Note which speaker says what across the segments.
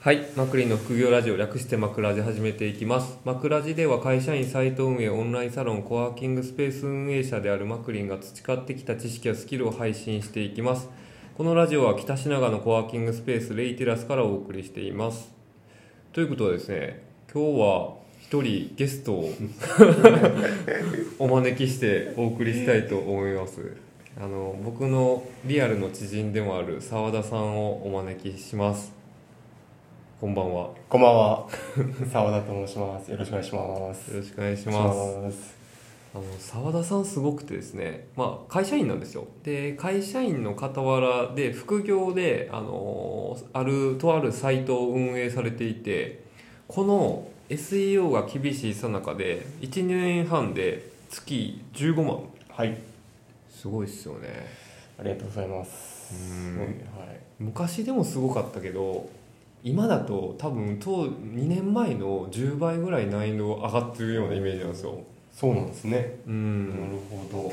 Speaker 1: はい、マクリンの副業ラジオ略してマクラジ始めていきますマクラジでは会社員サイト運営オンラインサロンコワーキングスペース運営者であるマクリンが培ってきた知識やスキルを配信していきますこのラジオは北品川のコワーキングスペースレイテラスからお送りしていますということはですね今日は一人ゲストを お招きしてお送りしたいと思いますあの僕のリアルの知人でもある澤田さんをお招きしますこんばんは。よ
Speaker 2: こんばんは。 澤田と申します。よろしくお願いします。
Speaker 1: ろしくお願いし
Speaker 2: お願
Speaker 1: ま
Speaker 2: い
Speaker 1: す。
Speaker 2: します。
Speaker 1: あの澤田さんすごくてですね、まあ、会社員なんですよで会社員の傍らで副業で、あのあるとあるサイトを運営されていてこの SEO が厳しいさなかで1年半で月15万
Speaker 2: はい、
Speaker 1: すごいっすよね
Speaker 2: ありがとうございます。
Speaker 1: うん
Speaker 2: すごいはい。
Speaker 1: 昔でもすごかったけど今だと多分当2年前の10倍ぐらい難易度上がってるようなイメージなんですよ
Speaker 2: そうなんですね。
Speaker 1: うん
Speaker 2: なるほ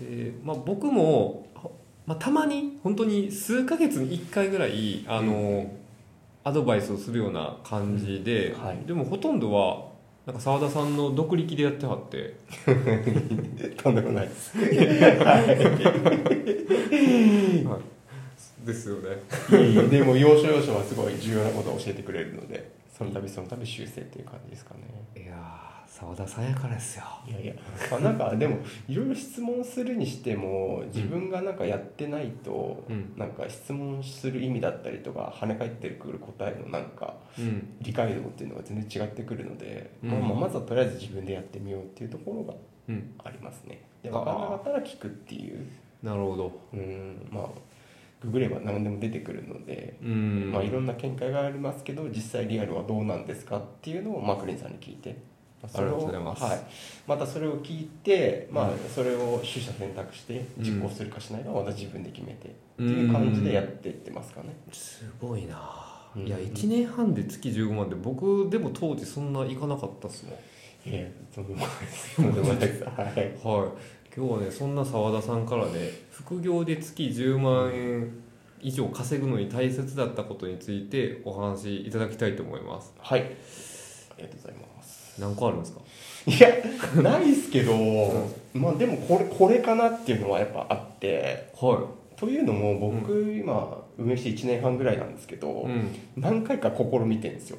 Speaker 1: で、まあ、僕も、ほまあ、たまに本当に数ヶ月に1回ぐらいあの、アドバイスをするような感じで、
Speaker 2: うんはい
Speaker 1: でもほとんどはなんか澤田さんの独力でやってはって
Speaker 2: ど。 とんでもないです。
Speaker 1: ですよね
Speaker 2: いえいえでも要所要所はすごい重要なことを教えてくれるので、その度その度修正という感じですかね。
Speaker 1: いやー澤田さんやからですよ
Speaker 2: いやいや、 あなんかでもいろいろ質問するにしても自分がなんかやってないと、
Speaker 1: うん
Speaker 2: なんか質問する意味だったりとか跳ね返ってくる答えのなんか
Speaker 1: うん
Speaker 2: 理解度っていうのが全然違ってくるので、
Speaker 1: うん
Speaker 2: まあ、まあまずはとりあえず自分でやってみようっていうところが
Speaker 1: うん
Speaker 2: ありますねで
Speaker 1: あー
Speaker 2: 分からなかったら聞くっていう
Speaker 1: なるほど
Speaker 2: うんまあググれば何でも出てくるので、
Speaker 1: うん
Speaker 2: まあ、いろんな見解がありますけど実際リアルはどうなんですかっていうのをマクリンさんに聞いてまそれ
Speaker 1: ありがとうございます
Speaker 2: はい、またそれを聞いて、まあ
Speaker 1: うん、
Speaker 2: それを取捨選択して
Speaker 1: うん
Speaker 2: 実行するかしないかはまた自分で決めてっていう感じでやっていってますかね、
Speaker 1: すごいな
Speaker 2: うん
Speaker 1: いや1年半で月15万で僕でも当時そんないかなかったっすもん
Speaker 2: いやとんでもないですとんでもないですはい
Speaker 1: はい、今日はねそんな澤田さんからね副業で月10万円以上稼ぐのに大切だったことについてお話しいただきたいと思います
Speaker 2: はい。ありがとうございます。
Speaker 1: 何個あるんですか
Speaker 2: い や、ないっすけど、まあでもこれ、これかなっていうのはやっぱあって、
Speaker 1: は
Speaker 2: というのも僕、今、運営して1年半ぐらいなんですけど、
Speaker 1: いうん
Speaker 2: 何回か試みてんですよ。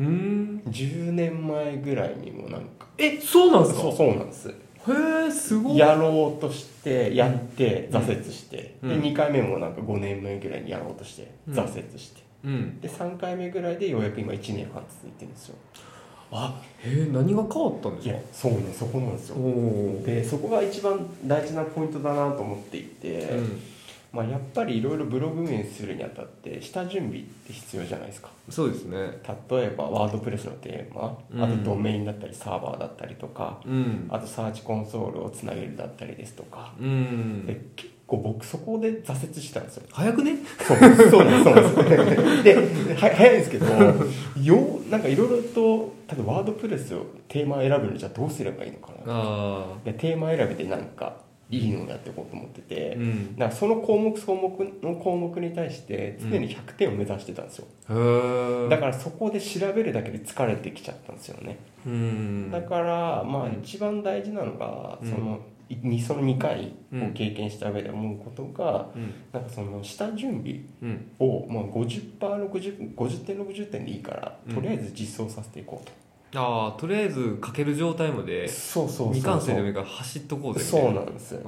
Speaker 1: うーん
Speaker 2: 10年前ぐらいにもなんか、
Speaker 1: えそうなんですか
Speaker 2: そうそうなんです。
Speaker 1: へえすごい
Speaker 2: やろうとして、やって、挫折して、
Speaker 1: うん
Speaker 2: で、
Speaker 1: うん
Speaker 2: 2回目もなんか5年前ぐらいにやろうとして、
Speaker 1: うん
Speaker 2: 挫折して、
Speaker 1: うん
Speaker 2: で、3回目ぐらいでようやく今1年半続いてるんですよ。
Speaker 1: あへえ何が変わったんで
Speaker 2: い
Speaker 1: す
Speaker 2: や
Speaker 1: か、
Speaker 2: そうね、そこなんですよ
Speaker 1: お。おー
Speaker 2: でそこが一番大事なポイントだなと思っていて、
Speaker 1: うん
Speaker 2: まあ、やっぱりいろいろブログ運営するにあたって下準備って必要じゃないですか
Speaker 1: そうですね
Speaker 2: 例えばワードプレスのテーマ、あ
Speaker 1: うん
Speaker 2: とドメインだったりサーバーだったりとか、
Speaker 1: うん
Speaker 2: あとサーチコンソールをつなげるだったりですとか、
Speaker 1: うん
Speaker 2: で結構僕そこで挫折したんですよ
Speaker 1: 早くね
Speaker 2: そうそうなんですそ うなんですでは早いんですけどようなんかいろいろと例えばワードプレスをテーマ選ぶのじゃあどうすればいいのかな
Speaker 1: あ
Speaker 2: でテーマ選びでなんかいいのをやっていこうと思って
Speaker 1: あ
Speaker 2: て、
Speaker 1: うん
Speaker 2: だからその項目総目の項目に対して常に100点を目指してたんですよ、
Speaker 1: へえ
Speaker 2: だからそこで調べるだけで疲れてきちゃったんですよね、
Speaker 1: うん
Speaker 2: だからまあ
Speaker 1: うん
Speaker 2: 一番大事なのが、
Speaker 1: うん
Speaker 2: そのいにその2回
Speaker 1: うん
Speaker 2: を経験した上で思うことが、
Speaker 1: うん
Speaker 2: なんかその下準備
Speaker 1: うん
Speaker 2: を、まあ、50%60 50点60点でいいから、
Speaker 1: うん
Speaker 2: とりあえず実装させていこうと
Speaker 1: ああとりあえずかける状態まで
Speaker 2: そうそうそうそう
Speaker 1: 未完成でもいいから走っとこうぜみたい
Speaker 2: そうなんですよ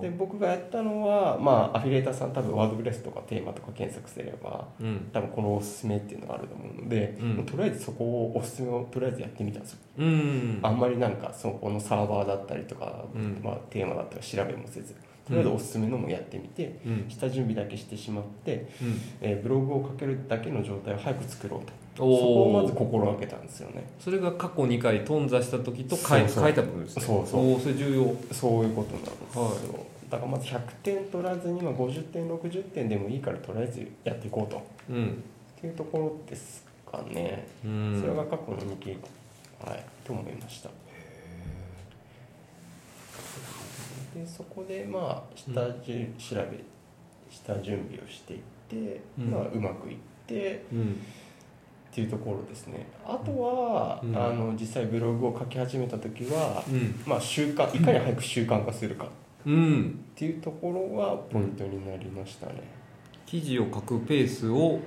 Speaker 2: で
Speaker 1: あ
Speaker 2: 僕がやったのは、まあ、アフィリエーターさん多分ワードプレスとかテーマとか検索すれば
Speaker 1: あうん
Speaker 2: 多分このおすすめっていうのがあると思うので、
Speaker 1: うん
Speaker 2: もうとりあえずそこをおすすめをとりあえずやってみたんですよ、
Speaker 1: うん
Speaker 2: あんまりなんかそこのサーバーだったりとか、
Speaker 1: うん
Speaker 2: まあ、テーマだったり調べもせずとりあえずおすすめのもやってみて、
Speaker 1: うん
Speaker 2: 下準備だけしてしまって、
Speaker 1: うん
Speaker 2: えーブログをかけるだけの状態を早く作ろうとそ
Speaker 1: おー
Speaker 2: こをまず心がけたんですよね
Speaker 1: それが過去2回頓挫した時と変え
Speaker 2: そうそう
Speaker 1: 変えた部分ですね
Speaker 2: そうそう
Speaker 1: おおそれ重要
Speaker 2: そういうことなんですよ、
Speaker 1: はい
Speaker 2: だからまず100点取らずに、まあ、50点60点でもいいからとりあえずやっていこうと
Speaker 1: うん
Speaker 2: っていうところですかね、
Speaker 1: うん
Speaker 2: それが過去の2期はいと思いましたでそこでまあ下じゅ、調べ下準備をしていって、
Speaker 1: うん
Speaker 2: まあ、うまくいっって
Speaker 1: うん
Speaker 2: っていうところですねあとは、
Speaker 1: うん
Speaker 2: あの実際ブログを書き始めた時は、
Speaker 1: うん
Speaker 2: まあ、習慣いかに早く習慣化するかっ
Speaker 1: うん
Speaker 2: ていうところがポイントになりましたね、
Speaker 1: 記事を書くペースを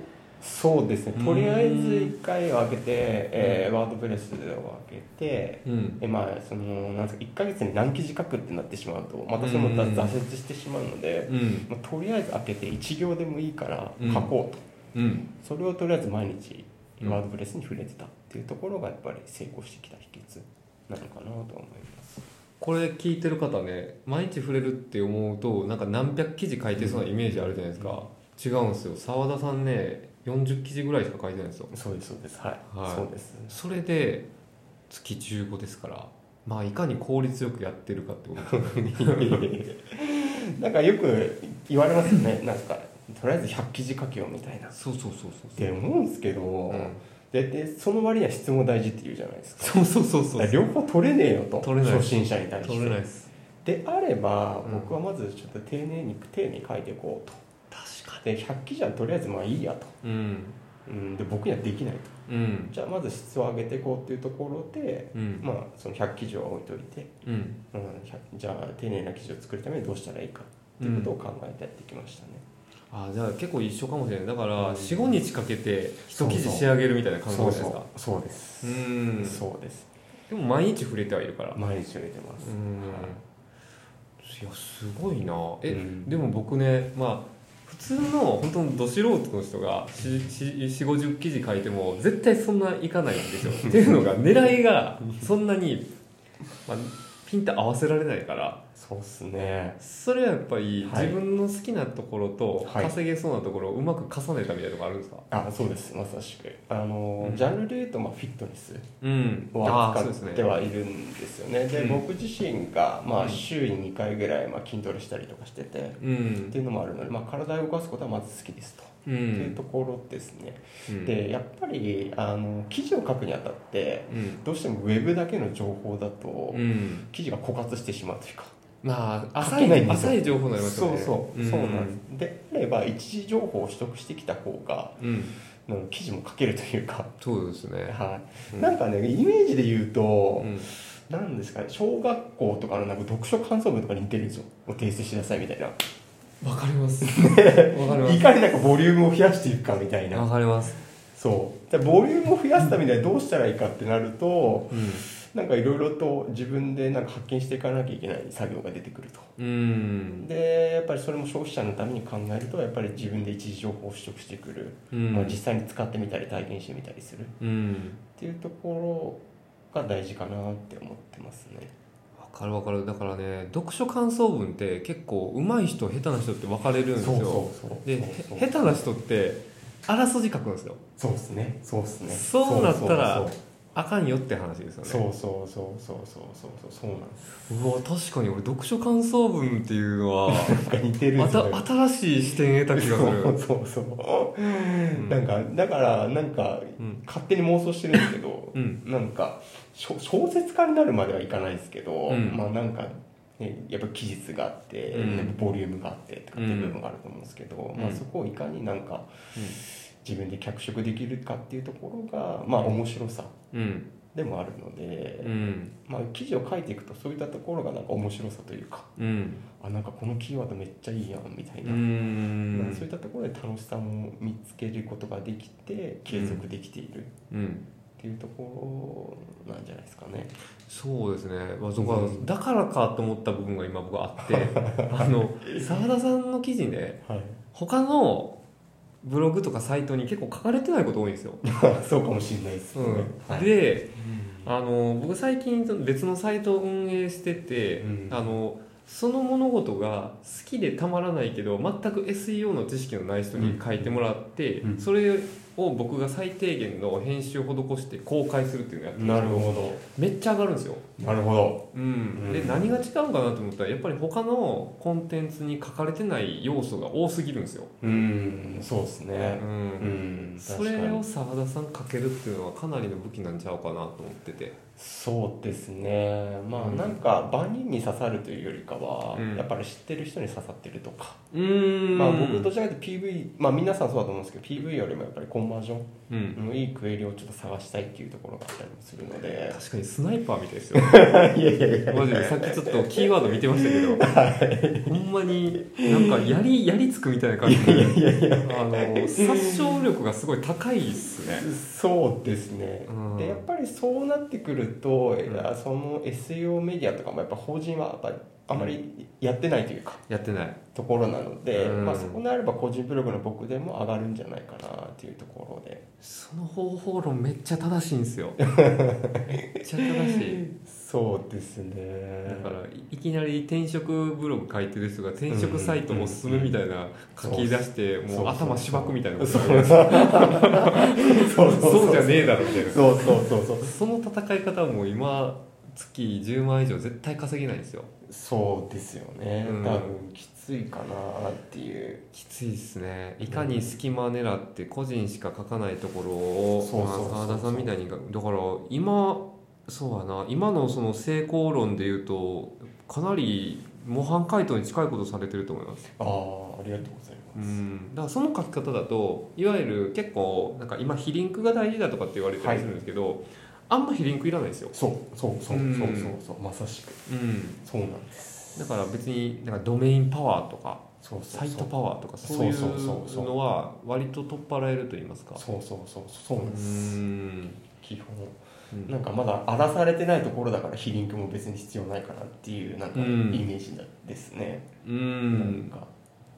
Speaker 2: そうですねとりあえず
Speaker 1: うん
Speaker 2: 1回は開けて、えーワードプレスを開けて、
Speaker 1: うん
Speaker 2: えまあそのなんですか1ヶ月に何記事書くってなってしまうとまたそれも
Speaker 1: うん
Speaker 2: 挫折してしまうので、
Speaker 1: うん
Speaker 2: まあ、とりあえず開けて1行でもいいから
Speaker 1: うん
Speaker 2: 書こうと、
Speaker 1: うん
Speaker 2: それをとりあえず毎日
Speaker 1: うん
Speaker 2: ワードプレスに触れてたっていうところがやっぱり成功してきた秘訣なのかなとは思います
Speaker 1: これ聞いてる方ね毎日触れるって思うとなんか何百記事書いてそうなイメージあるじゃないですか、違うんですよ澤田さんね40記事ぐらいしか書いてないんですよ
Speaker 2: そうですそうですはい、
Speaker 1: はい
Speaker 2: そうです
Speaker 1: それで月15ですからまあいかに効率よくやってるかってことですね
Speaker 2: なんかよく言われますよねなんかとりあえず100記事書けよみたいなっ
Speaker 1: そうそうそうそう
Speaker 2: て思うんですけど、
Speaker 1: うん
Speaker 2: 大体その割には質も大事って言うじゃないですか
Speaker 1: そうそうそうそう
Speaker 2: だから両方取れねえよと
Speaker 1: 取れない
Speaker 2: 初心者に対して
Speaker 1: 取れないです
Speaker 2: であれば
Speaker 1: うん
Speaker 2: 僕はまずちょっと丁寧に丁寧に書いていこうと
Speaker 1: 確か
Speaker 2: で100記事はとりあえずまあいいやと、
Speaker 1: にうん
Speaker 2: うん、で僕にはできないと
Speaker 1: うん
Speaker 2: じゃあまず質を上げていこうっていうところで、
Speaker 1: うん
Speaker 2: まあその100記事は置いといて、
Speaker 1: うん
Speaker 2: うん、100じゃあ丁寧な記事を作るためにどうしたらいいかっていうことを考えてやってきましたね、
Speaker 1: あーじゃあ結構一緒かもしれないだか
Speaker 2: う
Speaker 1: ら
Speaker 2: ん
Speaker 1: 45日かけて一記事
Speaker 2: そうそう
Speaker 1: 仕上げるみたいな感覚じゃないですか
Speaker 2: うそうです
Speaker 1: うん
Speaker 2: そうです
Speaker 1: でも毎日触れてはいるから
Speaker 2: 毎日入れてます、
Speaker 1: うん
Speaker 2: はい
Speaker 1: やすごいなえ、
Speaker 2: うん
Speaker 1: でも僕ねまあ普通の本当のど素人の人が4五5 0記事書いても絶対そんないかないんですよ っていうのが狙いがそんなに、まあ、ピンと合わせられないから
Speaker 2: そうっすね
Speaker 1: それはやっぱり
Speaker 2: はい
Speaker 1: 自分の好きなところと
Speaker 2: はい
Speaker 1: 稼げそうなところをうまく重ねたみたいなところあるんですか、
Speaker 2: あそうですまさしくあの、
Speaker 1: うん
Speaker 2: ジャンルでいうと、まあ、フィットネス
Speaker 1: うん
Speaker 2: を
Speaker 1: ああそう
Speaker 2: 扱
Speaker 1: で
Speaker 2: っ
Speaker 1: すね
Speaker 2: てはいるんですよねで
Speaker 1: うん
Speaker 2: 僕自身が、ま
Speaker 1: う
Speaker 2: あ、
Speaker 1: ん
Speaker 2: 週に2回ぐらい、まあ、筋トレしたりとかしてて、
Speaker 1: う
Speaker 2: っ
Speaker 1: ん
Speaker 2: ていうのもあるので、まあ、体を動かすことはまず好きですと、
Speaker 1: うん
Speaker 2: っていうところですね、
Speaker 1: うん
Speaker 2: でやっぱりあの記事を書くにあたって
Speaker 1: うん
Speaker 2: どうしてもウェブだけの情報だと、
Speaker 1: うん
Speaker 2: 記事が枯渇してしまうというか
Speaker 1: まあ
Speaker 2: 書
Speaker 1: 浅
Speaker 2: けないん
Speaker 1: い
Speaker 2: ですよ
Speaker 1: 浅い情報になりますよ
Speaker 2: そう
Speaker 1: ね
Speaker 2: そう、そうなんですであれば一時情報を取得してきた方が
Speaker 1: うん
Speaker 2: なんか記事も書けるというか、
Speaker 1: そうですね。
Speaker 2: は
Speaker 1: う
Speaker 2: い
Speaker 1: ん
Speaker 2: なんかねイメージで言うと、
Speaker 1: うん
Speaker 2: なんですかね小学校とかのなんか読書感想文とかに似てるんですよもう訂正しなさいみたいな
Speaker 1: わかります。わかり
Speaker 2: いかになんかボリュームを増やしていくかみたい
Speaker 1: ます。わ
Speaker 2: な
Speaker 1: かります。
Speaker 2: そうじゃあボリュームを増やすためにはどうしたらいいかってなると、
Speaker 1: うん。
Speaker 2: なんかいろいろと自分でなんか発見していかなきゃいけない作業が出てくると
Speaker 1: うん。
Speaker 2: でやっぱりそれも消費者のために考えるとやっぱり自分で一時情報を取得してくる、
Speaker 1: うん
Speaker 2: まあ、実際に使ってみたり体験してみたりするっ
Speaker 1: うん。
Speaker 2: ていうところが大事かなって思ってますね
Speaker 1: わかるわかる。だからね、読書感想文って結構上手い人、下手な人って分かれるんですよ。
Speaker 2: うそう
Speaker 1: で、
Speaker 2: そう
Speaker 1: へ下手な人って、あらすじ書くんですよ。
Speaker 2: そうですねそうですね
Speaker 1: そうなったら
Speaker 2: そう
Speaker 1: あかんよって話ですよね。
Speaker 2: そうそうそうそうそうそうそうそうそうなんです
Speaker 1: うわ、確かに俺、読書感想文っていうのは、
Speaker 2: なんか似てるん
Speaker 1: ま
Speaker 2: ですよ
Speaker 1: た
Speaker 2: ね
Speaker 1: 新しい視点得た気がす
Speaker 2: そう
Speaker 1: る。
Speaker 2: そうそう、
Speaker 1: ん
Speaker 2: なんかだからなんか
Speaker 1: うん。
Speaker 2: 勝手に妄想してるんですけど、
Speaker 1: うん。
Speaker 2: なんか小小説家になるまではいかないですけど、
Speaker 1: うん
Speaker 2: まあなんか、ね、やっぱ期日があって、
Speaker 1: うん
Speaker 2: やっぱボリュームがあってとかっていう部分があると思うんですけど、
Speaker 1: ん
Speaker 2: まあ、そこをいかになんか自分で脚色できるかっていうところが、まあ、面白さ
Speaker 1: うん。
Speaker 2: でもあるので、
Speaker 1: うん。
Speaker 2: まあ、記事を書いていくとそういったところがなんか面白さというか
Speaker 1: うん。
Speaker 2: あなんかこのキーワードめっちゃいいやんみたいうな。まあ
Speaker 1: ん
Speaker 2: そういったところで楽しさも見つけることができて継続できているっ
Speaker 1: うん、
Speaker 2: ていうところなんじゃないですかね。
Speaker 1: そうですね、まあ、そうか
Speaker 2: うん
Speaker 1: だからかと思った部分が今僕あ ってあの澤田さんの記事ね
Speaker 2: はい、
Speaker 1: 他のブログとかサイトに結構書かれてないこと多いんですよ、
Speaker 2: そうかもしれないです
Speaker 1: う
Speaker 2: ね。
Speaker 1: ん
Speaker 2: はい、
Speaker 1: で
Speaker 2: うん
Speaker 1: あの僕最近その別のサイトを運営してて、
Speaker 2: うん
Speaker 1: あのその物事が好きでたまらないけど全く SEO の知識のない人に書いてもらって、
Speaker 2: うん
Speaker 1: それを僕が最低限の編集を施して公開するっていうのをやってるんです
Speaker 2: な
Speaker 1: よ
Speaker 2: るほ
Speaker 1: めっちゃ上がるんですよ
Speaker 2: ど、なるほど。
Speaker 1: うん、で
Speaker 2: うん
Speaker 1: 何が違うかなと思ったらやっぱり他のコンテンツに書かれてない要素が多すぎるんですよ、
Speaker 2: うん、そうです
Speaker 1: う
Speaker 2: ね。うんん、
Speaker 1: それを澤田さん書けるっていうのはかなりの武器なんちゃうかなと思ってて
Speaker 2: そうですねまあ、
Speaker 1: うん
Speaker 2: なんか万人に刺さるというよりかは、
Speaker 1: うん
Speaker 2: やっぱり知ってる人に刺さってるとか、
Speaker 1: うーん
Speaker 2: まあ僕どちらかというと PV まあ皆さんそうだと思うんですけど PV よりもやっぱりコンバージョ
Speaker 1: うん
Speaker 2: ンのいいクエリをちょっと探したいっていうところがあったりもするので
Speaker 1: 確かにスナイパーみたいですよ
Speaker 2: いやいやいや
Speaker 1: マジでさっきちょっとキーワード見てましたけ ど、ほんまになんかやりやりつくみたいな感じであの殺傷力がすごい高いっすね
Speaker 2: そうですね、
Speaker 1: うん
Speaker 2: でやっぱりそうなってくると、え
Speaker 1: うん
Speaker 2: ーその SEO メディアとかもやっぱ法人はやっぱりあんまりやってないというか、
Speaker 1: やってない
Speaker 2: ところなので、
Speaker 1: うん
Speaker 2: まあ、そこであれば個人ブログの僕でも上がるんじゃないかなっていうところで
Speaker 1: その方法論めっちゃ正しいんですよめっちゃ正しい
Speaker 2: そうですね
Speaker 1: だからいいきなり転職ブログ書いてる人が転職サイトも進むみたいな書き出して
Speaker 2: ん
Speaker 1: もう頭しばくみたいなこ
Speaker 2: そ
Speaker 1: と
Speaker 2: う
Speaker 1: ある
Speaker 2: そ
Speaker 1: や
Speaker 2: う
Speaker 1: ん
Speaker 2: そうそう
Speaker 1: そうじゃねえだろみたいな
Speaker 2: そうそうそうそう
Speaker 1: その戦い方はもう今月10万以上絶対稼げないんですよ
Speaker 2: そうですよね、
Speaker 1: うん
Speaker 2: 多分きついかなっていう
Speaker 1: きついですねいかに隙間狙って個人しか書かないところを
Speaker 2: そうそうそうそう
Speaker 1: まあ澤田さんみたいにがだから今そうやな今のその成功論で言うとかなり模範解答に近いことされてると思います、
Speaker 2: ああありがとうございうます、
Speaker 1: ん、だからその書き方だといわゆる結構なんか今非リンクが大事だとかって言われたりするんですけど、あんま非リンクいらないんですよ、
Speaker 2: そうそうそうそう
Speaker 1: うん
Speaker 2: そうそうまさしく
Speaker 1: うん、
Speaker 2: そうなんです
Speaker 1: だから別になんかドメインパワーとか
Speaker 2: そうそう
Speaker 1: サイトパワーとか
Speaker 2: そ
Speaker 1: そういうう
Speaker 2: そうそうそう
Speaker 1: のは割と取っ払えると言いますか
Speaker 2: そうそうそうそうなん
Speaker 1: う
Speaker 2: です、
Speaker 1: ん
Speaker 2: 基本
Speaker 1: うん
Speaker 2: なんかまだ荒らされてないところだから非リンクも別に必要ないかなっていうなんかイ
Speaker 1: う
Speaker 2: メ
Speaker 1: ん
Speaker 2: ージだですね、
Speaker 1: う
Speaker 2: なん
Speaker 1: ん
Speaker 2: か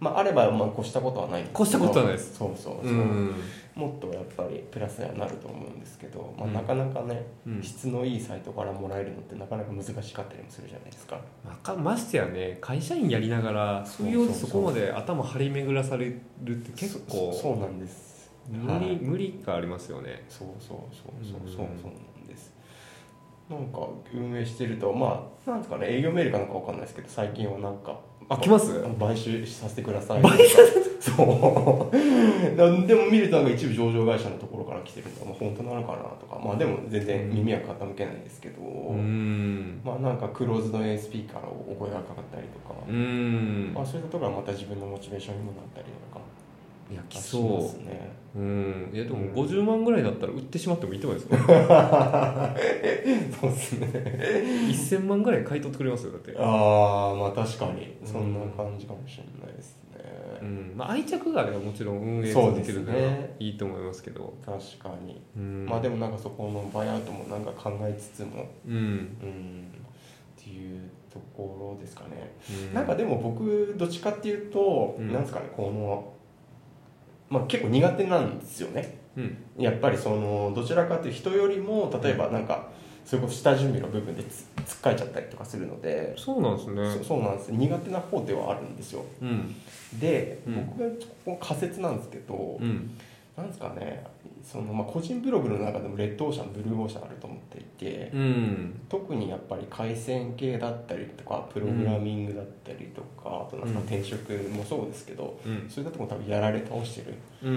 Speaker 2: まああればまあ越したことはないんですけど
Speaker 1: 越したことはないです
Speaker 2: そうそうそう、
Speaker 1: うん
Speaker 2: もっとやっぱりプラスにはなると思うんですけど、まあ、
Speaker 1: うん
Speaker 2: なかなかね、
Speaker 1: うん
Speaker 2: 質のいいサイトからもらえるのってなかなか難しかったりもするじゃないですか
Speaker 1: まかましてやね会社員やりながら
Speaker 2: そ
Speaker 1: そうういう
Speaker 2: そうそ
Speaker 1: そうこまで頭張り巡らされるって結
Speaker 2: そ
Speaker 1: 構
Speaker 2: そうなんです
Speaker 1: 無
Speaker 2: はい
Speaker 1: 理無理がありますよね
Speaker 2: そうそうそうそう
Speaker 1: うん
Speaker 2: そうそうなんですなんか運営してるとまあなんですかね営業メールかなんかわかんないですけど最近はなんか
Speaker 1: あ来ます
Speaker 2: 買収させてく ださい
Speaker 1: 買収
Speaker 2: そう なんでも見るとなんか一部上場会社のところから来てるのが、まあ、本当なのかなとかまあでも全然耳は傾けないですけど、
Speaker 1: うん
Speaker 2: まあなんかクローズド ASP からお声がかかったりとか、
Speaker 1: うん
Speaker 2: まあそういったところはまた自分のモチベーションにもなったりとか
Speaker 1: いや来
Speaker 2: し ます
Speaker 1: そ
Speaker 2: ね
Speaker 1: ううんいやで
Speaker 2: う
Speaker 1: も
Speaker 2: ん
Speaker 1: 50万ぐらいだったら売ってしまってもいいと思いますよ
Speaker 2: そうですね
Speaker 1: 1000万ぐらい買い取ってくれますよだって
Speaker 2: ああまあ確かに
Speaker 1: うん
Speaker 2: そんな感じかもしれないですね、
Speaker 1: うんまあ、愛着があればもちろん運営
Speaker 2: そう
Speaker 1: 続
Speaker 2: で
Speaker 1: け
Speaker 2: す
Speaker 1: る
Speaker 2: ね
Speaker 1: からいいと思いますけど
Speaker 2: 確かに、
Speaker 1: うん
Speaker 2: まあでもなんかそこのバイアウトもなんか考えつつも
Speaker 1: うん、
Speaker 2: うんっていうところですかね、
Speaker 1: うん、
Speaker 2: なんかでも僕どっちかっていうと、
Speaker 1: うん
Speaker 2: なんですかねこのまあ結構苦手なんですよね
Speaker 1: うん
Speaker 2: やっぱりそのどちらかというと人よりも例えばなんかそれこそ下準備の部分でつつっかえちゃったりとかするので、
Speaker 1: そうなんです
Speaker 2: そ
Speaker 1: ね
Speaker 2: そうなんです苦手な方ではあるんですよ
Speaker 1: うん
Speaker 2: で、
Speaker 1: うん
Speaker 2: 僕がここ仮説なんですけど、
Speaker 1: うん
Speaker 2: なんですかねその、まあ、個人ブログの中でもレッドオーシャンブルーオーシャンあると思っていて、
Speaker 1: うん
Speaker 2: 特にやっぱり回線系だったりとかプログラミングだったりとか、あとなんか
Speaker 1: うん
Speaker 2: 転職もそうですけど、
Speaker 1: うん
Speaker 2: そういったとこ多分やられ倒してる
Speaker 1: うん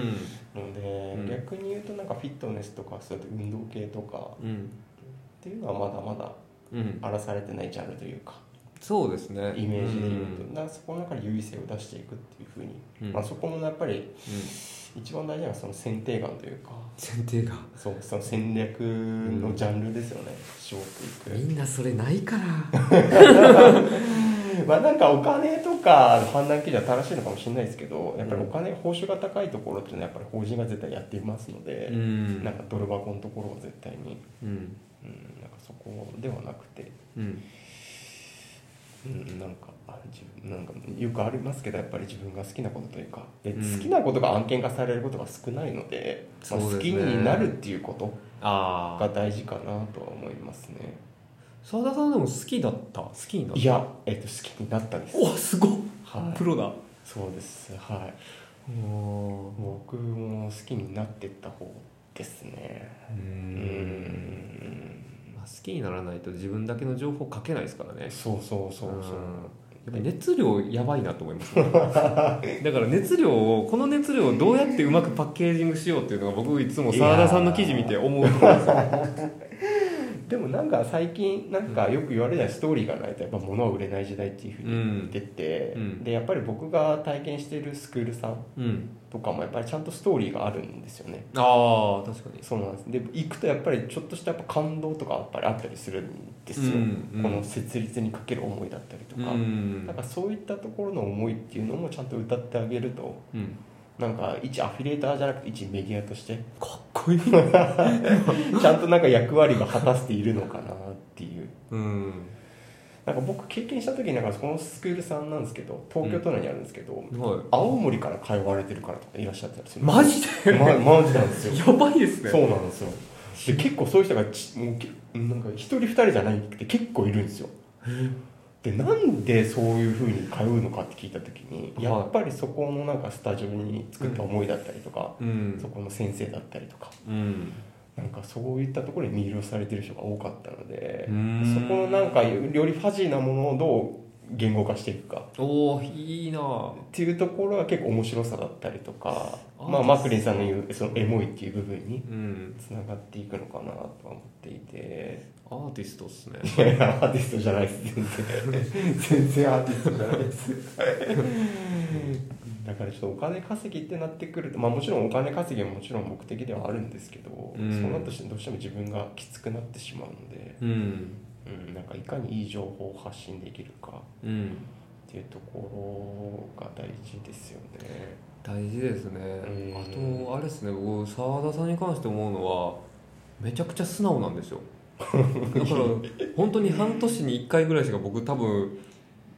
Speaker 2: ので、
Speaker 1: うん
Speaker 2: 逆に言うとなんかフィットネスとかそういった運動系とか
Speaker 1: うん
Speaker 2: っていうのはまだまだ
Speaker 1: うん
Speaker 2: 荒らされてないジャンルというか
Speaker 1: そうですね
Speaker 2: イメージで言うと、
Speaker 1: うん
Speaker 2: だからそこの中で優位性を出していくっていうふうに、
Speaker 1: うん
Speaker 2: まあ、そこもやっぱり
Speaker 1: うん
Speaker 2: 一番大事なのはその選定眼というか
Speaker 1: 前提が
Speaker 2: そうその戦略のジャンルですよね、絞っていく
Speaker 1: みんなそれないから
Speaker 2: まあなんかお金とかの判断基準は正しいのかもしれないですけどやっぱりお金報酬が高いところっていうのはやっぱり法人が絶対やっていますの
Speaker 1: う
Speaker 2: で、
Speaker 1: ん
Speaker 2: なんかドル箱のところを絶対に、
Speaker 1: うん
Speaker 2: うん、なんかそこではなくて、
Speaker 1: うん
Speaker 2: うん、なんかあ自分なんかよくありますけどやっぱり自分が好きなことというかで、
Speaker 1: うん
Speaker 2: 好きなことが案件化されることが少ないので、ま
Speaker 1: そ
Speaker 2: あ
Speaker 1: う
Speaker 2: 好
Speaker 1: です
Speaker 2: き
Speaker 1: ね
Speaker 2: になるっていうこと
Speaker 1: あ
Speaker 2: が
Speaker 1: あ
Speaker 2: 大事かなとは思いますね
Speaker 1: 澤田さんでも好きだった好きになった
Speaker 2: いや、えっと、好きになったです
Speaker 1: おすごっ、
Speaker 2: はい
Speaker 1: プロだ
Speaker 2: そうですはい
Speaker 1: お
Speaker 2: 僕も好きになってった方ですね
Speaker 1: う
Speaker 2: うんん
Speaker 1: まあ好きにならないと自分だけの情報書けないですからね
Speaker 2: そうそうそう
Speaker 1: うん
Speaker 2: そう
Speaker 1: やっぱ熱量やばいなと思い ます、ね、だから熱量をこの熱量をどうやってうまくパッケージングしようっていうのが僕いつも澤田さんの記事見て思うところですよ
Speaker 2: でもなんか最近なんかよく言われないストーリーがないとやっぱ物は売れない時代っていうふうに出て、
Speaker 1: うんうん
Speaker 2: でやっぱり僕が体験しているスクールさん
Speaker 1: うん
Speaker 2: とかもやっぱりちゃんとストーリーがあるんですよね
Speaker 1: ああ確かに
Speaker 2: そうなんですで行くとやっぱりちょっとしたやっぱ感動とかやっぱりあったりするんですよ、
Speaker 1: うんうん
Speaker 2: この設立にかける思いだったりとか、
Speaker 1: うん
Speaker 2: なんかそういったところの思いっていうのもちゃんと歌ってあげると
Speaker 1: うん
Speaker 2: なんか一アフィリエーターじゃなくて一メディアとして
Speaker 1: かっこ いい
Speaker 2: ちゃんとなんか役割が果たせているのかなっていう
Speaker 1: うん
Speaker 2: なんか僕経験した時になんかこのスクールさんなんですけど東京都内にあるんですけど、
Speaker 1: はい
Speaker 2: 青森から通われてるからとかいらっしゃったんですよ
Speaker 1: マジで
Speaker 2: まマジなんですよ
Speaker 1: やばいですね
Speaker 2: そうなんですよで結構そういう人がちもうけなんか一人二人じゃないって結構いるんですよでなんでそういうふうに通うのかって聞いた時に
Speaker 1: はい
Speaker 2: やっぱりそこのなんかスタジオに作った思いだったりとか、
Speaker 1: うん
Speaker 2: そこの先生だったりとか
Speaker 1: うん
Speaker 2: なんかそういったところに魅了されてる人が多かったので
Speaker 1: うーん
Speaker 2: そこのなんかよりファジーなものをどう言語化していくか
Speaker 1: おおいいなぁ
Speaker 2: っていうところは結構面白さだったりとか
Speaker 1: あ
Speaker 2: ま
Speaker 1: そ
Speaker 2: あ、
Speaker 1: う
Speaker 2: マクリンさんの言うそのエモいっていう部分に
Speaker 1: うん
Speaker 2: つながっていくのかなとは思っていて
Speaker 1: アーティストっすね
Speaker 2: いやいやアーティストじゃないです全然全然アーティストじゃないですだからちょっとお金稼ぎってなってくるとまあもちろんお金稼ぎはもちろん目的ではあるんですけど、
Speaker 1: うん
Speaker 2: そうなったしてどうしても自分がきつくなってしまうので、
Speaker 1: うん
Speaker 2: うん、なんかいかにいい情報を発信できるか
Speaker 1: うん
Speaker 2: っていうところが大事ですよね
Speaker 1: 大事ですね
Speaker 2: うん
Speaker 1: あとあれですね僕澤田さんに関して思うのはめちゃくちゃ素直なんです よだから本当に半年に1回ぐらいしか僕多分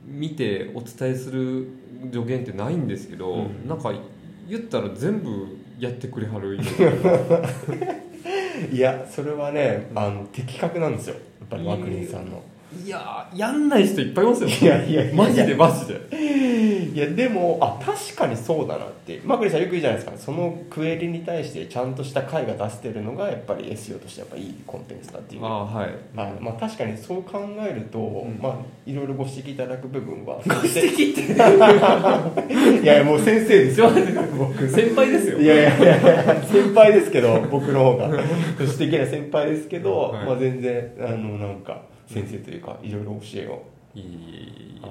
Speaker 1: 見てお伝えする助言ってないんですけど、
Speaker 2: うん
Speaker 1: なんか言ったら全部やってくれはる印
Speaker 2: いやそれはねあの的確なんですよやっぱりマクリンさんの
Speaker 1: 象いやーやんない人いっぱいいますよ
Speaker 2: いやいやいや
Speaker 1: マジでマジで
Speaker 2: いやでもあ確かにそうだなってマクリンさんよく言うじゃないですかそのクエリに対してちゃんとした回が出せてるのがやっぱり SEO としてやっぱいいコンテンツだっていう
Speaker 1: ああはい
Speaker 2: まあまあ、確かにそう考えると、
Speaker 1: ん
Speaker 2: まあいろいろご指摘いただく部分は
Speaker 1: ご指摘って
Speaker 2: いやいやもう先生ですよ僕
Speaker 1: 先輩ですよ
Speaker 2: いやいやいやいや先輩ですけど僕の方が私的な先輩ですけど、
Speaker 1: はい
Speaker 2: まあ、全然あのなんか先生というかいろいろ教えを、
Speaker 1: いいいい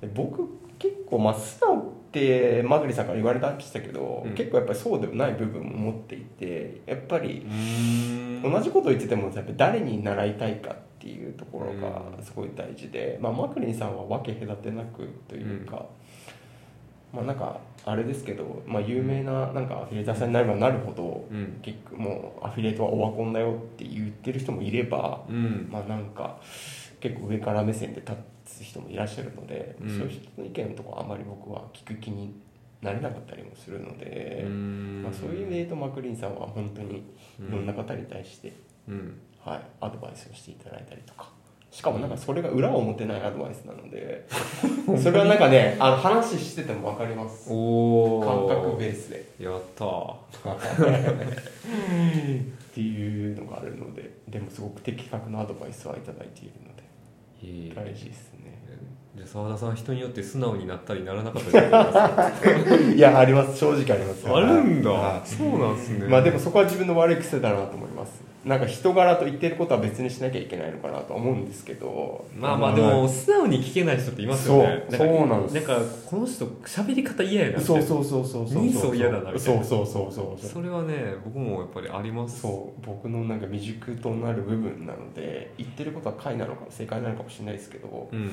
Speaker 2: で僕結構まあ素直ってマグリさんから言われたんでしたけど、
Speaker 1: うん
Speaker 2: 結構やっぱりそうでもない部分も持っていてやっぱり
Speaker 1: うーん
Speaker 2: 同じことを言っててもやっぱ誰に習いたいかっていうところがすごい大事で、まあ、マクリンさんは分け隔てなくというか、まあなんかあれですけど、まあ、有名ななんかアフィリエーターさんになればなるほど、
Speaker 1: うん
Speaker 2: 結構もうアフィリエイトはオワコンだよって言ってる人もいれば、
Speaker 1: うん
Speaker 2: まあなんか結構上から目線で立つ人もいらっしゃるので、
Speaker 1: うん
Speaker 2: そういう人の意見のとこあまり僕は聞く気になれなかったりもするので。
Speaker 1: うん
Speaker 2: まあ、そういう意味で言うとマクリンさんは本当にいろんな方に対して、
Speaker 1: うん
Speaker 2: はい、アドバイスをしていただいたりとかしかもなんかそれが裏を持てないアドバイスな のでそれはなんかねあの話してても分かります
Speaker 1: お
Speaker 2: 感
Speaker 1: お
Speaker 2: 覚ベースで
Speaker 1: やったー
Speaker 2: っていうのがあるのででもすごく的確なアドバイスはいただいているので
Speaker 1: いい
Speaker 2: 大事ですね
Speaker 1: じゃあ澤田さんは人によって素直になったりならなかったりするんですか
Speaker 2: いやあります正直あります
Speaker 1: あるんだ
Speaker 2: はい
Speaker 1: そうなんですね
Speaker 2: まあでもそこは自分の悪い癖だなと思いますなんか人柄と言ってることは別にしなきゃいけないのかなとは思うんですけど
Speaker 1: まあまあでも素直に聞けない人っていますよね
Speaker 2: そうそうなんです
Speaker 1: なんかこの人喋り方嫌やなみたい
Speaker 2: そう
Speaker 1: な
Speaker 2: そうそうそうそう
Speaker 1: 人相嫌だなみたいな
Speaker 2: そうそうそうそうそう
Speaker 1: それはね僕もやっぱりあります
Speaker 2: そう僕のなんか未熟となる部分なので言ってることは解なのか正解なのかもしれないですけど、
Speaker 1: うん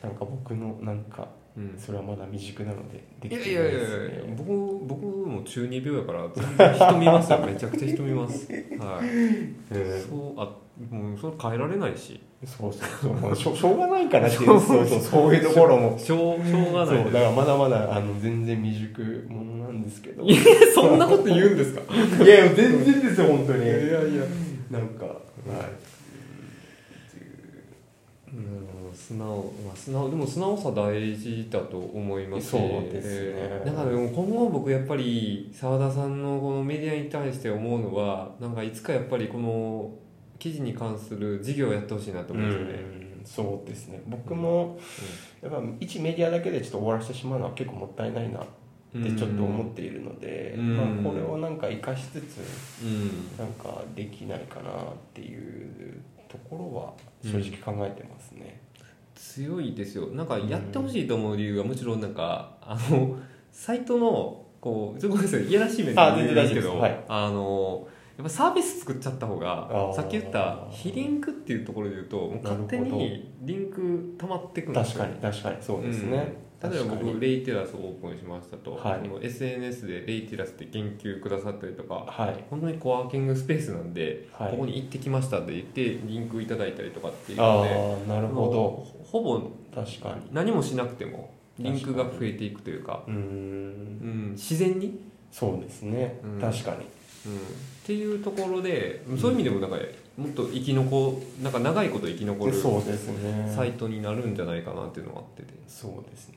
Speaker 2: なんか僕のなんか
Speaker 1: うん
Speaker 2: それはまだ未熟なのでで
Speaker 1: いやい
Speaker 2: きて
Speaker 1: や
Speaker 2: ない
Speaker 1: いや
Speaker 2: で
Speaker 1: い
Speaker 2: す
Speaker 1: や
Speaker 2: ね
Speaker 1: 僕僕も中二病やから全然人見ます よめちゃくちゃ人見ますはい
Speaker 2: え
Speaker 1: そうあもうそれ変えられないし
Speaker 2: ーそうそうそうまあしょしょうがないからっていうそうそうそういうところも
Speaker 1: しょうしょう
Speaker 2: そ
Speaker 1: が
Speaker 2: う
Speaker 1: ない
Speaker 2: だからまだまだあの全然未熟ものなんですけど
Speaker 1: い
Speaker 2: い
Speaker 1: や そんなこと言うんですか
Speaker 2: やいや全然ですよ本当に
Speaker 1: いやいや
Speaker 2: なんかはい
Speaker 1: うん素直、まあ、素直でも素直さ大事だと思いますし
Speaker 2: そうですね
Speaker 1: だからでも今後僕やっぱり澤田さんのこのメディアに対して思うのはなんかいつかやっぱりこの記事に関する事業をやってほしいなと思うんですよね、
Speaker 2: うんそうですね僕も、やっぱ一メディアだけでちょっと終わらせてしまうのは結構もったいないなっってちょっと思っているので、
Speaker 1: うん
Speaker 2: まあ、これをなんか生かしつつ
Speaker 1: うん
Speaker 2: なんかできないかなっていうところは正直考えてますね。
Speaker 1: 強いですよなんかやってほしいと思う理由はむしろなんかあのサイトのこうちょっとごめんなさいいやらしい面で
Speaker 2: あ
Speaker 1: 言
Speaker 2: 全
Speaker 1: う
Speaker 2: 然
Speaker 1: んですけ
Speaker 2: 大丈夫です
Speaker 1: ど
Speaker 2: はい
Speaker 1: あのやっぱサービス作っちゃった方が
Speaker 2: あー
Speaker 1: さっき言った非リンクっていうところで言うともう勝手
Speaker 2: なるほど
Speaker 1: にリンク溜まってくんです
Speaker 2: 確
Speaker 1: よ
Speaker 2: かに確かにそうですね。
Speaker 1: うん例えば
Speaker 2: 確か
Speaker 1: 僕
Speaker 2: に
Speaker 1: レイテラスをオープンしましたと、
Speaker 2: はい
Speaker 1: その SNS でレイテラスって言及くださったりとか
Speaker 2: はい
Speaker 1: 本当にコワーキングスペースなんで、
Speaker 2: はい
Speaker 1: ここに行ってきましたって言ってリンクいただいたりとかっていうので
Speaker 2: ああなるほ
Speaker 1: もうほぼ
Speaker 2: ど確かに
Speaker 1: 何もしなくてもリンクが増えていくというか
Speaker 2: うーん
Speaker 1: うん、自然に、
Speaker 2: そうですね、
Speaker 1: うん
Speaker 2: 確かに
Speaker 1: うん、っていうところでそういう意味でもなんかもっと生き残なんか長いこと生き残る
Speaker 2: そうですね
Speaker 1: サイトになるんじゃないかなっていうのがあってて。
Speaker 2: そうですね、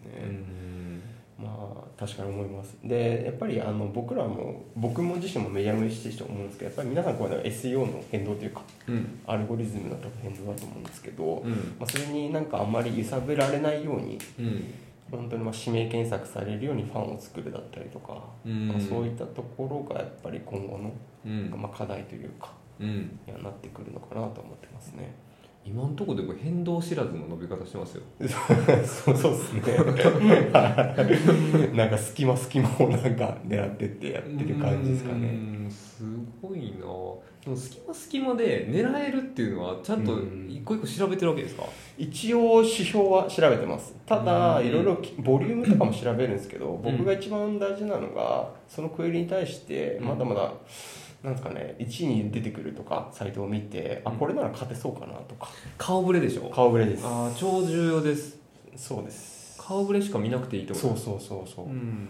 Speaker 1: うん
Speaker 2: まあ確かに思いますでやっぱりあの僕らも僕も自身もメディアムにしてると思うんですけどやっぱり皆さんこういうの SEO の変動というか
Speaker 1: うん
Speaker 2: アルゴリズムの多分変動だと思うんですけど、
Speaker 1: うん
Speaker 2: まあ、それになんかあんまり揺さぶられないように
Speaker 1: うん
Speaker 2: 本当にまあ指名検索されるようにファンを作るだったりとか、
Speaker 1: うん
Speaker 2: まあそういったところがやっぱり今後の、
Speaker 1: うん
Speaker 2: まあ、課題というか
Speaker 1: うん、
Speaker 2: にはなってくるのかなと思ってますね。
Speaker 1: 今んとこでも変動知らずの伸び方してますよ
Speaker 2: そうそうですねはいなんか隙間隙間をなんか狙ってってやってる感じですかね
Speaker 1: うんすごいなでも隙間隙間で狙えるっていうのはちゃんと一個一個調べてるわけですか
Speaker 2: 一応指標は調べてますただ
Speaker 1: うん
Speaker 2: いろいろきボリュームとかも調べるんですけど
Speaker 1: うん
Speaker 2: 僕が一番大事なのがそのクエリに対して
Speaker 1: うん
Speaker 2: まだまだなんですかね1位に出てくるとかサイトを見てあ
Speaker 1: うん
Speaker 2: これなら勝てそうかなとか
Speaker 1: 顔ぶれでしょ
Speaker 2: 顔ぶれです
Speaker 1: ああ超重要です
Speaker 2: そうです
Speaker 1: 顔ぶれしか見なくていいってこと
Speaker 2: そうそうそうそう
Speaker 1: う、ん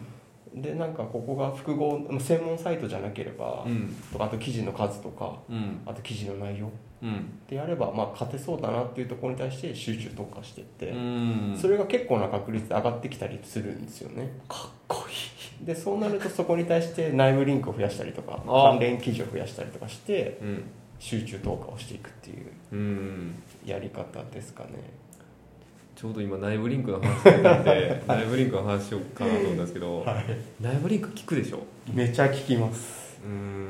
Speaker 2: でなんかここが複合専門サイトじゃなければ
Speaker 1: うん
Speaker 2: とかあと記事の数とか
Speaker 1: うん
Speaker 2: あと記事の内容
Speaker 1: うん
Speaker 2: でやればまあ勝てそうだなっていうところに対して集中特化してって、
Speaker 1: うん
Speaker 2: それが結構な確率で上がってきたりするんですよね
Speaker 1: かっこいい
Speaker 2: でそうなるとそこに対して内部リンクを増やしたりとか
Speaker 1: あー
Speaker 2: 関連記事を増やしたりとかして
Speaker 1: うん
Speaker 2: 集中投下をしていくっていう
Speaker 1: うん
Speaker 2: やり方ですかね
Speaker 1: ちょうど今内部リンクの話してたん で内部リンクの話しようかなと思ったんですけど、
Speaker 2: はい
Speaker 1: 内部リンク聞くでしょ
Speaker 2: めちゃ聞きます
Speaker 1: うん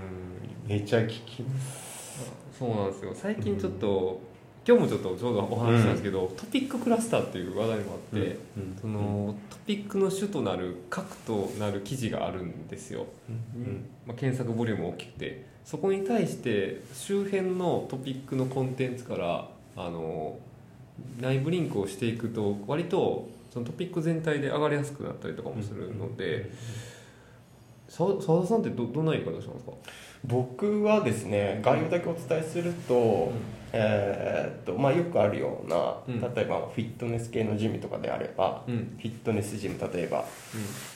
Speaker 2: めちゃ聞きます
Speaker 1: そうなんですよ最近ちょっと、今日もちょっとちょうどお話ししたんですけど、トピッククラスターっていう話題もあって、
Speaker 2: うん
Speaker 1: そのトピックの主となる核となる記事があるんですよ、
Speaker 2: うん
Speaker 1: まあ、検索ボリューム大きくてそこに対して周辺のトピックのコンテンツからあの内部リンクをしていくと割とそのトピック全体で上がりやすくなったりとかもするので澤澤田さんってどどんな言い方したんですか、
Speaker 2: 僕はですね概要だけお伝えすると、えーっとまあ、よくあるような
Speaker 1: うん
Speaker 2: 例えばフィットネス系のジムとかであれば、
Speaker 1: うん
Speaker 2: フィットネスジム例えば、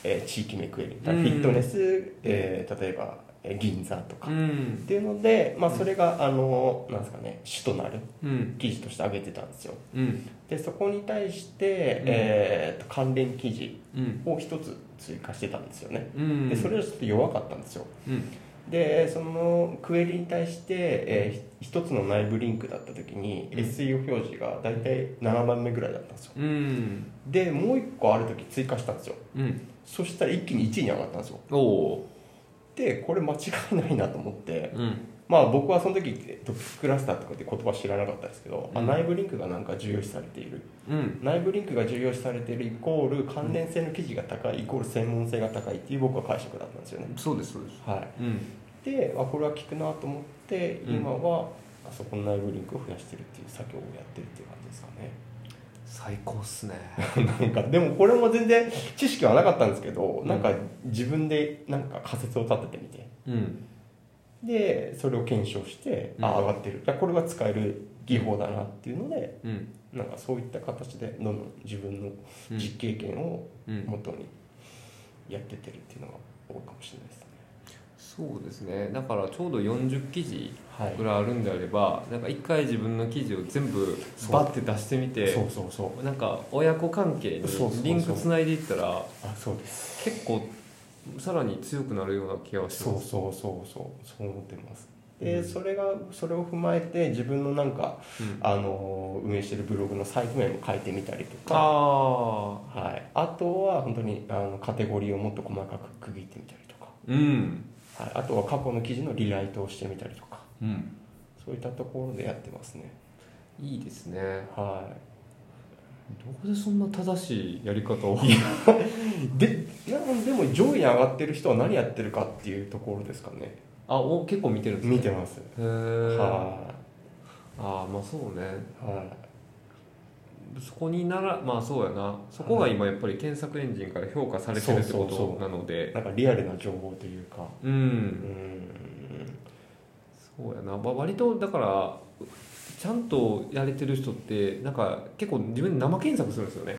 Speaker 2: えー地域めくえりみたいな、
Speaker 1: うん
Speaker 2: フィットネス、えー例えば、えー銀座とか、
Speaker 1: う
Speaker 2: っ
Speaker 1: ん
Speaker 2: ていうので、まあ、それが、あのなんですかね主となる
Speaker 1: うん
Speaker 2: 記事として挙げてたんですよ
Speaker 1: うん
Speaker 2: でそこに対して、
Speaker 1: うん
Speaker 2: えーっと関連記事
Speaker 1: うん
Speaker 2: を一つ追加してたんですよね
Speaker 1: うん
Speaker 2: でそれはちょっと弱かったんですよ
Speaker 1: うん
Speaker 2: でそのクエリに対して、えーひ一つの内部リンクだった時に
Speaker 1: うん
Speaker 2: SEO 表示が大体7番目ぐらいだったんですよ
Speaker 1: うん
Speaker 2: でもう一個ある時追加したんですよ
Speaker 1: うん
Speaker 2: そしたら一気に1位に上がったんですよ
Speaker 1: おお
Speaker 2: でこれ間違いないなと思って
Speaker 1: ーうん
Speaker 2: まあ僕はその時トピッククラスターとかって言葉知らなかったですけど、あ
Speaker 1: うん
Speaker 2: 内部リンクがなんか重要視されている
Speaker 1: うん
Speaker 2: 内部リンクが重要視されているイコール関連性の記事が高いイコール専門性が高いっていう僕は解釈だったんですよね
Speaker 1: そうですそうです
Speaker 2: はい
Speaker 1: うん
Speaker 2: であこれは効くなと思って
Speaker 1: うん
Speaker 2: 今はあそこの内部リンクを増やしてるっていう作業をやってるっていう感じですかね
Speaker 1: 最高っすね
Speaker 2: なんかでもこれも全然知識はなかったんですけどなんか自分でなんか仮説を立ててみて
Speaker 1: うん
Speaker 2: でそれを検証して
Speaker 1: うん
Speaker 2: あ上がってるいやこれは使える技法だなっていうので
Speaker 1: うん
Speaker 2: なんかそういった形でどんどん自分の
Speaker 1: うん
Speaker 2: 実経験を
Speaker 1: うん
Speaker 2: 元にやってってるっていうのが多いかもしれないですね
Speaker 1: そうですねだからちょうど40記事
Speaker 2: はい
Speaker 1: ぐらいあるんであればなんか一回自分の記事を全部バッて出してみて
Speaker 2: そうそうそう
Speaker 1: なんか親子関係
Speaker 2: そうそうそ
Speaker 1: に
Speaker 2: う
Speaker 1: リンクつないでいったら
Speaker 2: あそうです
Speaker 1: 結構さらに強くなるような気がし
Speaker 2: そ
Speaker 1: ま
Speaker 2: う
Speaker 1: す
Speaker 2: そうそうそうそう思ってますでそれがそれを踏まえて自分のなんか、
Speaker 1: うん
Speaker 2: あの運営してるブログのサイト名も書いてみたりと
Speaker 1: あ
Speaker 2: か
Speaker 1: あ
Speaker 2: はい、あとは本当にあのカテゴリーをもっと細かく区切ってみたりとか、
Speaker 1: うん
Speaker 2: はい、あとは過去の記事のリライトをしてみたりとか
Speaker 1: うん
Speaker 2: そういったところでやってますね
Speaker 1: いいですね
Speaker 2: は
Speaker 1: どこでそんな正しいやり方を
Speaker 2: いでいやでも上位に上がってる人は何やってるかっていうところですかね
Speaker 1: あお結構見てるんですね
Speaker 2: 見てま
Speaker 1: へ
Speaker 2: す
Speaker 1: え
Speaker 2: は
Speaker 1: ああまあそうね
Speaker 2: いはい
Speaker 1: そこにならまあそうやなそこが今やっぱり検索エンジンから評価されてるって
Speaker 2: そうそう
Speaker 1: こ
Speaker 2: そう
Speaker 1: となので
Speaker 2: なんかリアルな情報というか
Speaker 1: う
Speaker 2: うんん
Speaker 1: そうやな、まあ、割とだからちゃんとやれてる人ってなんか結構自分で生検索するんですよね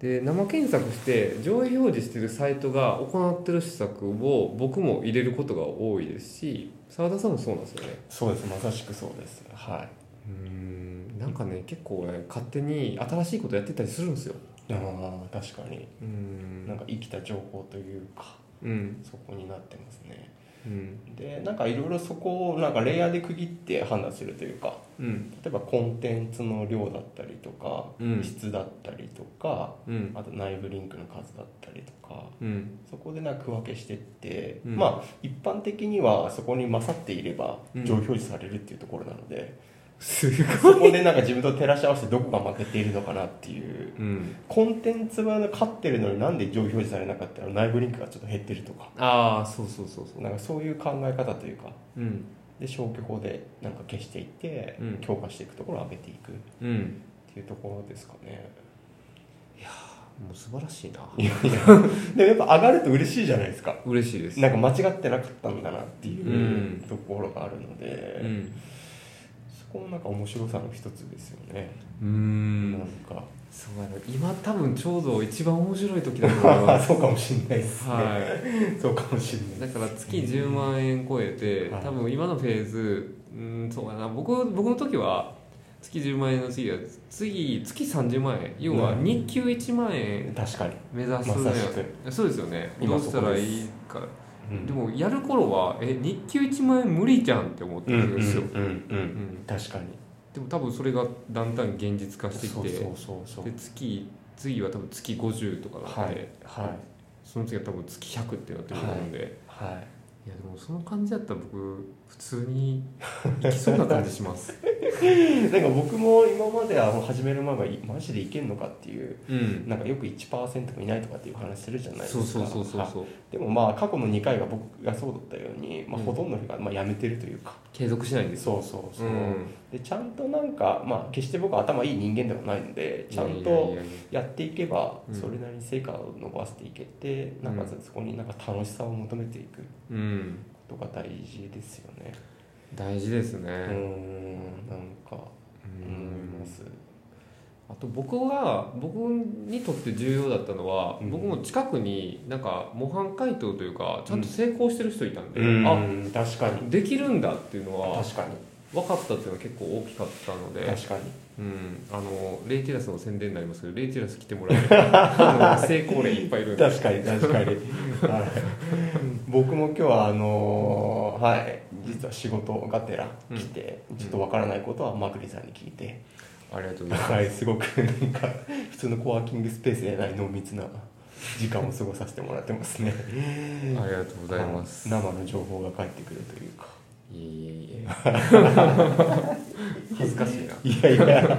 Speaker 1: で生検索して上位表示してるサイトが行ってる施策を僕も入れることが多いですし澤田さんもそうなんですよね
Speaker 2: そうですまさしくそうですは
Speaker 1: うんなんかね結構ね勝手に新しいことやってたりするんですよ
Speaker 2: いああ確かに
Speaker 1: う
Speaker 2: なん
Speaker 1: ん
Speaker 2: か生きた情報というか
Speaker 1: うん
Speaker 2: そこになってますね
Speaker 1: うん
Speaker 2: でなんかいろいろそこをなんかレイヤーで区切って判断するというか
Speaker 1: うん
Speaker 2: 例えばコンテンツの量だったりとか、
Speaker 1: うん
Speaker 2: 質だったりとか
Speaker 1: うん
Speaker 2: あと内部リンクの数だったりとか
Speaker 1: うん
Speaker 2: そこでなんか区分けしてって、
Speaker 1: うん
Speaker 2: まあ一般的にはそこに勝っていれば
Speaker 1: うん
Speaker 2: 上位表示されるっていうところなので、
Speaker 1: すごい
Speaker 2: そこでなんか自分と照らし合わせてどこが負けているのかなっていう
Speaker 1: うん
Speaker 2: コンテンツは勝ってるのになんで上位表示されなかったら内部リンクがちょっと減ってるとか
Speaker 1: ああそうそうそうそう
Speaker 2: なんかそういう考え方というか
Speaker 1: うん
Speaker 2: で消去法でなんか消していって、
Speaker 1: うん
Speaker 2: 強化していくところを上げていくっ
Speaker 1: うん
Speaker 2: ていうところですかね
Speaker 1: もう素晴らしいない
Speaker 2: やいやでもやっぱ上がると嬉しいじゃないですか
Speaker 1: 嬉しいです
Speaker 2: なんか間違ってなかったんだなっていううんところがあるので、
Speaker 1: うん
Speaker 2: そこもなんか面白さの一つですよね、
Speaker 1: う
Speaker 2: なん
Speaker 1: ん
Speaker 2: か
Speaker 1: そうやな今多分ちょうど一番面白い時だと思い
Speaker 2: ま
Speaker 1: ま
Speaker 2: あ
Speaker 1: す
Speaker 2: そうかもしんないですね、
Speaker 1: は
Speaker 2: そうかもしん
Speaker 1: いだ
Speaker 2: ない
Speaker 1: から月10万円超えて
Speaker 2: はい
Speaker 1: 多分今のフェーズうんそうやな僕僕の時は月10万円の次は次月30万円要は
Speaker 2: うん
Speaker 1: 日給1万円
Speaker 2: 確かに
Speaker 1: 目指す
Speaker 2: ま
Speaker 1: の
Speaker 2: さし
Speaker 1: よそうですよねど
Speaker 2: 今
Speaker 1: う
Speaker 2: そ
Speaker 1: し
Speaker 2: こです
Speaker 1: たらいいか
Speaker 2: うん
Speaker 1: でもやる頃はえ日給1万円無理じゃんって思って
Speaker 2: うん
Speaker 1: る
Speaker 2: うん
Speaker 1: んですよ、
Speaker 2: うんうん
Speaker 1: うん
Speaker 2: 確かに
Speaker 1: でも多分それがだんだん現実化してきて
Speaker 2: そうそうそうそう
Speaker 1: で月次は多分月50とかな
Speaker 2: は
Speaker 1: んで、
Speaker 2: いはい
Speaker 1: その次は多分月100ってなってると思うんで、い、
Speaker 2: はい
Speaker 1: やでもその感じだったら僕普通にいきそうな感じします
Speaker 2: なんか僕も今までは始める前はいマジでいけんのかっていう
Speaker 1: うん
Speaker 2: なんかよく1%もいないとかっていう話するじゃないです
Speaker 1: そ
Speaker 2: か
Speaker 1: うそうそうそう
Speaker 2: はい
Speaker 1: そう
Speaker 2: でもまあ過去の2回が僕がそうだったように、まあ、
Speaker 1: うん
Speaker 2: ほとんどの人がまあやめてるというか、
Speaker 1: 継続しないんですよ
Speaker 2: そうそうそう、
Speaker 1: ん、
Speaker 2: でちゃんとなんかまあ決して僕は頭いい人間ではないのでちゃ
Speaker 1: い
Speaker 2: ん
Speaker 1: やい
Speaker 2: と
Speaker 1: やいやいや
Speaker 2: やっていけば
Speaker 1: うん
Speaker 2: それなりに成果を伸ばしていけて、なんか
Speaker 1: う
Speaker 2: そこになんか楽しさを求めていく
Speaker 1: うん
Speaker 2: ことが大事ですよね
Speaker 1: 大事です
Speaker 2: うー
Speaker 1: ね
Speaker 2: んなん
Speaker 1: うん
Speaker 2: か思います、
Speaker 1: あと僕が僕にとって重要だったのは、
Speaker 2: うん
Speaker 1: 僕も近くになんか模範解答というかちゃんと成功してる人いたんで、あ
Speaker 2: あ確かに
Speaker 1: できるんだっていうのは
Speaker 2: 確かに
Speaker 1: 分かったっていうのは結構大きかったので、
Speaker 2: 確かに
Speaker 1: うん、あのレイティラスの宣伝になりますけどレイティラス来てもらえればあの成功例いっぱいいるんで
Speaker 2: 確かに確 かに、はい、僕も今日はあのーはい実は仕事がてら来て、ちょっとわからないことはマクリさんに聞いて、
Speaker 1: ありがとうございます
Speaker 2: はいすごくなんか普通のコワーキングスペースでない濃密な時間を過ごさせてもらってますね
Speaker 1: ありがとうございます、
Speaker 2: 生の情報が返ってくるというか
Speaker 1: い、えいえいえ 恥ずかしいな、ま
Speaker 2: いやいや
Speaker 1: とうございま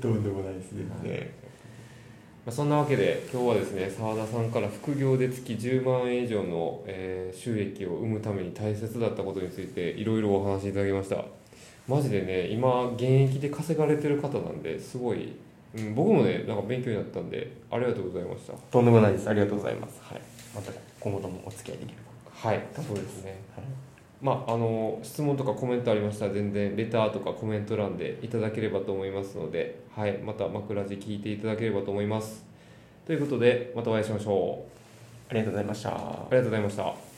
Speaker 2: とんでもないですね、
Speaker 1: あ、そんなわけで今日はですね澤田さんから副業で月10万円以上の、えー収益を生むために大切だったことについていろいろお話しいただきましたマジでね今現役で稼がれてる方なんですごい、うん、僕もねなんか勉強になったんでありがとうございました
Speaker 2: とんでもないですありがとうございます、はい、また今後ともお付き合いできれ
Speaker 1: はいそうですね
Speaker 2: ば、はい
Speaker 1: まあ、あの質問とかコメントありましたら全然レターとかコメント欄でいただければと思いますので、はい、また枕地聞いていただければと思いますということでまたお会いしましょう
Speaker 2: ありがとうございました
Speaker 1: ありがとうございました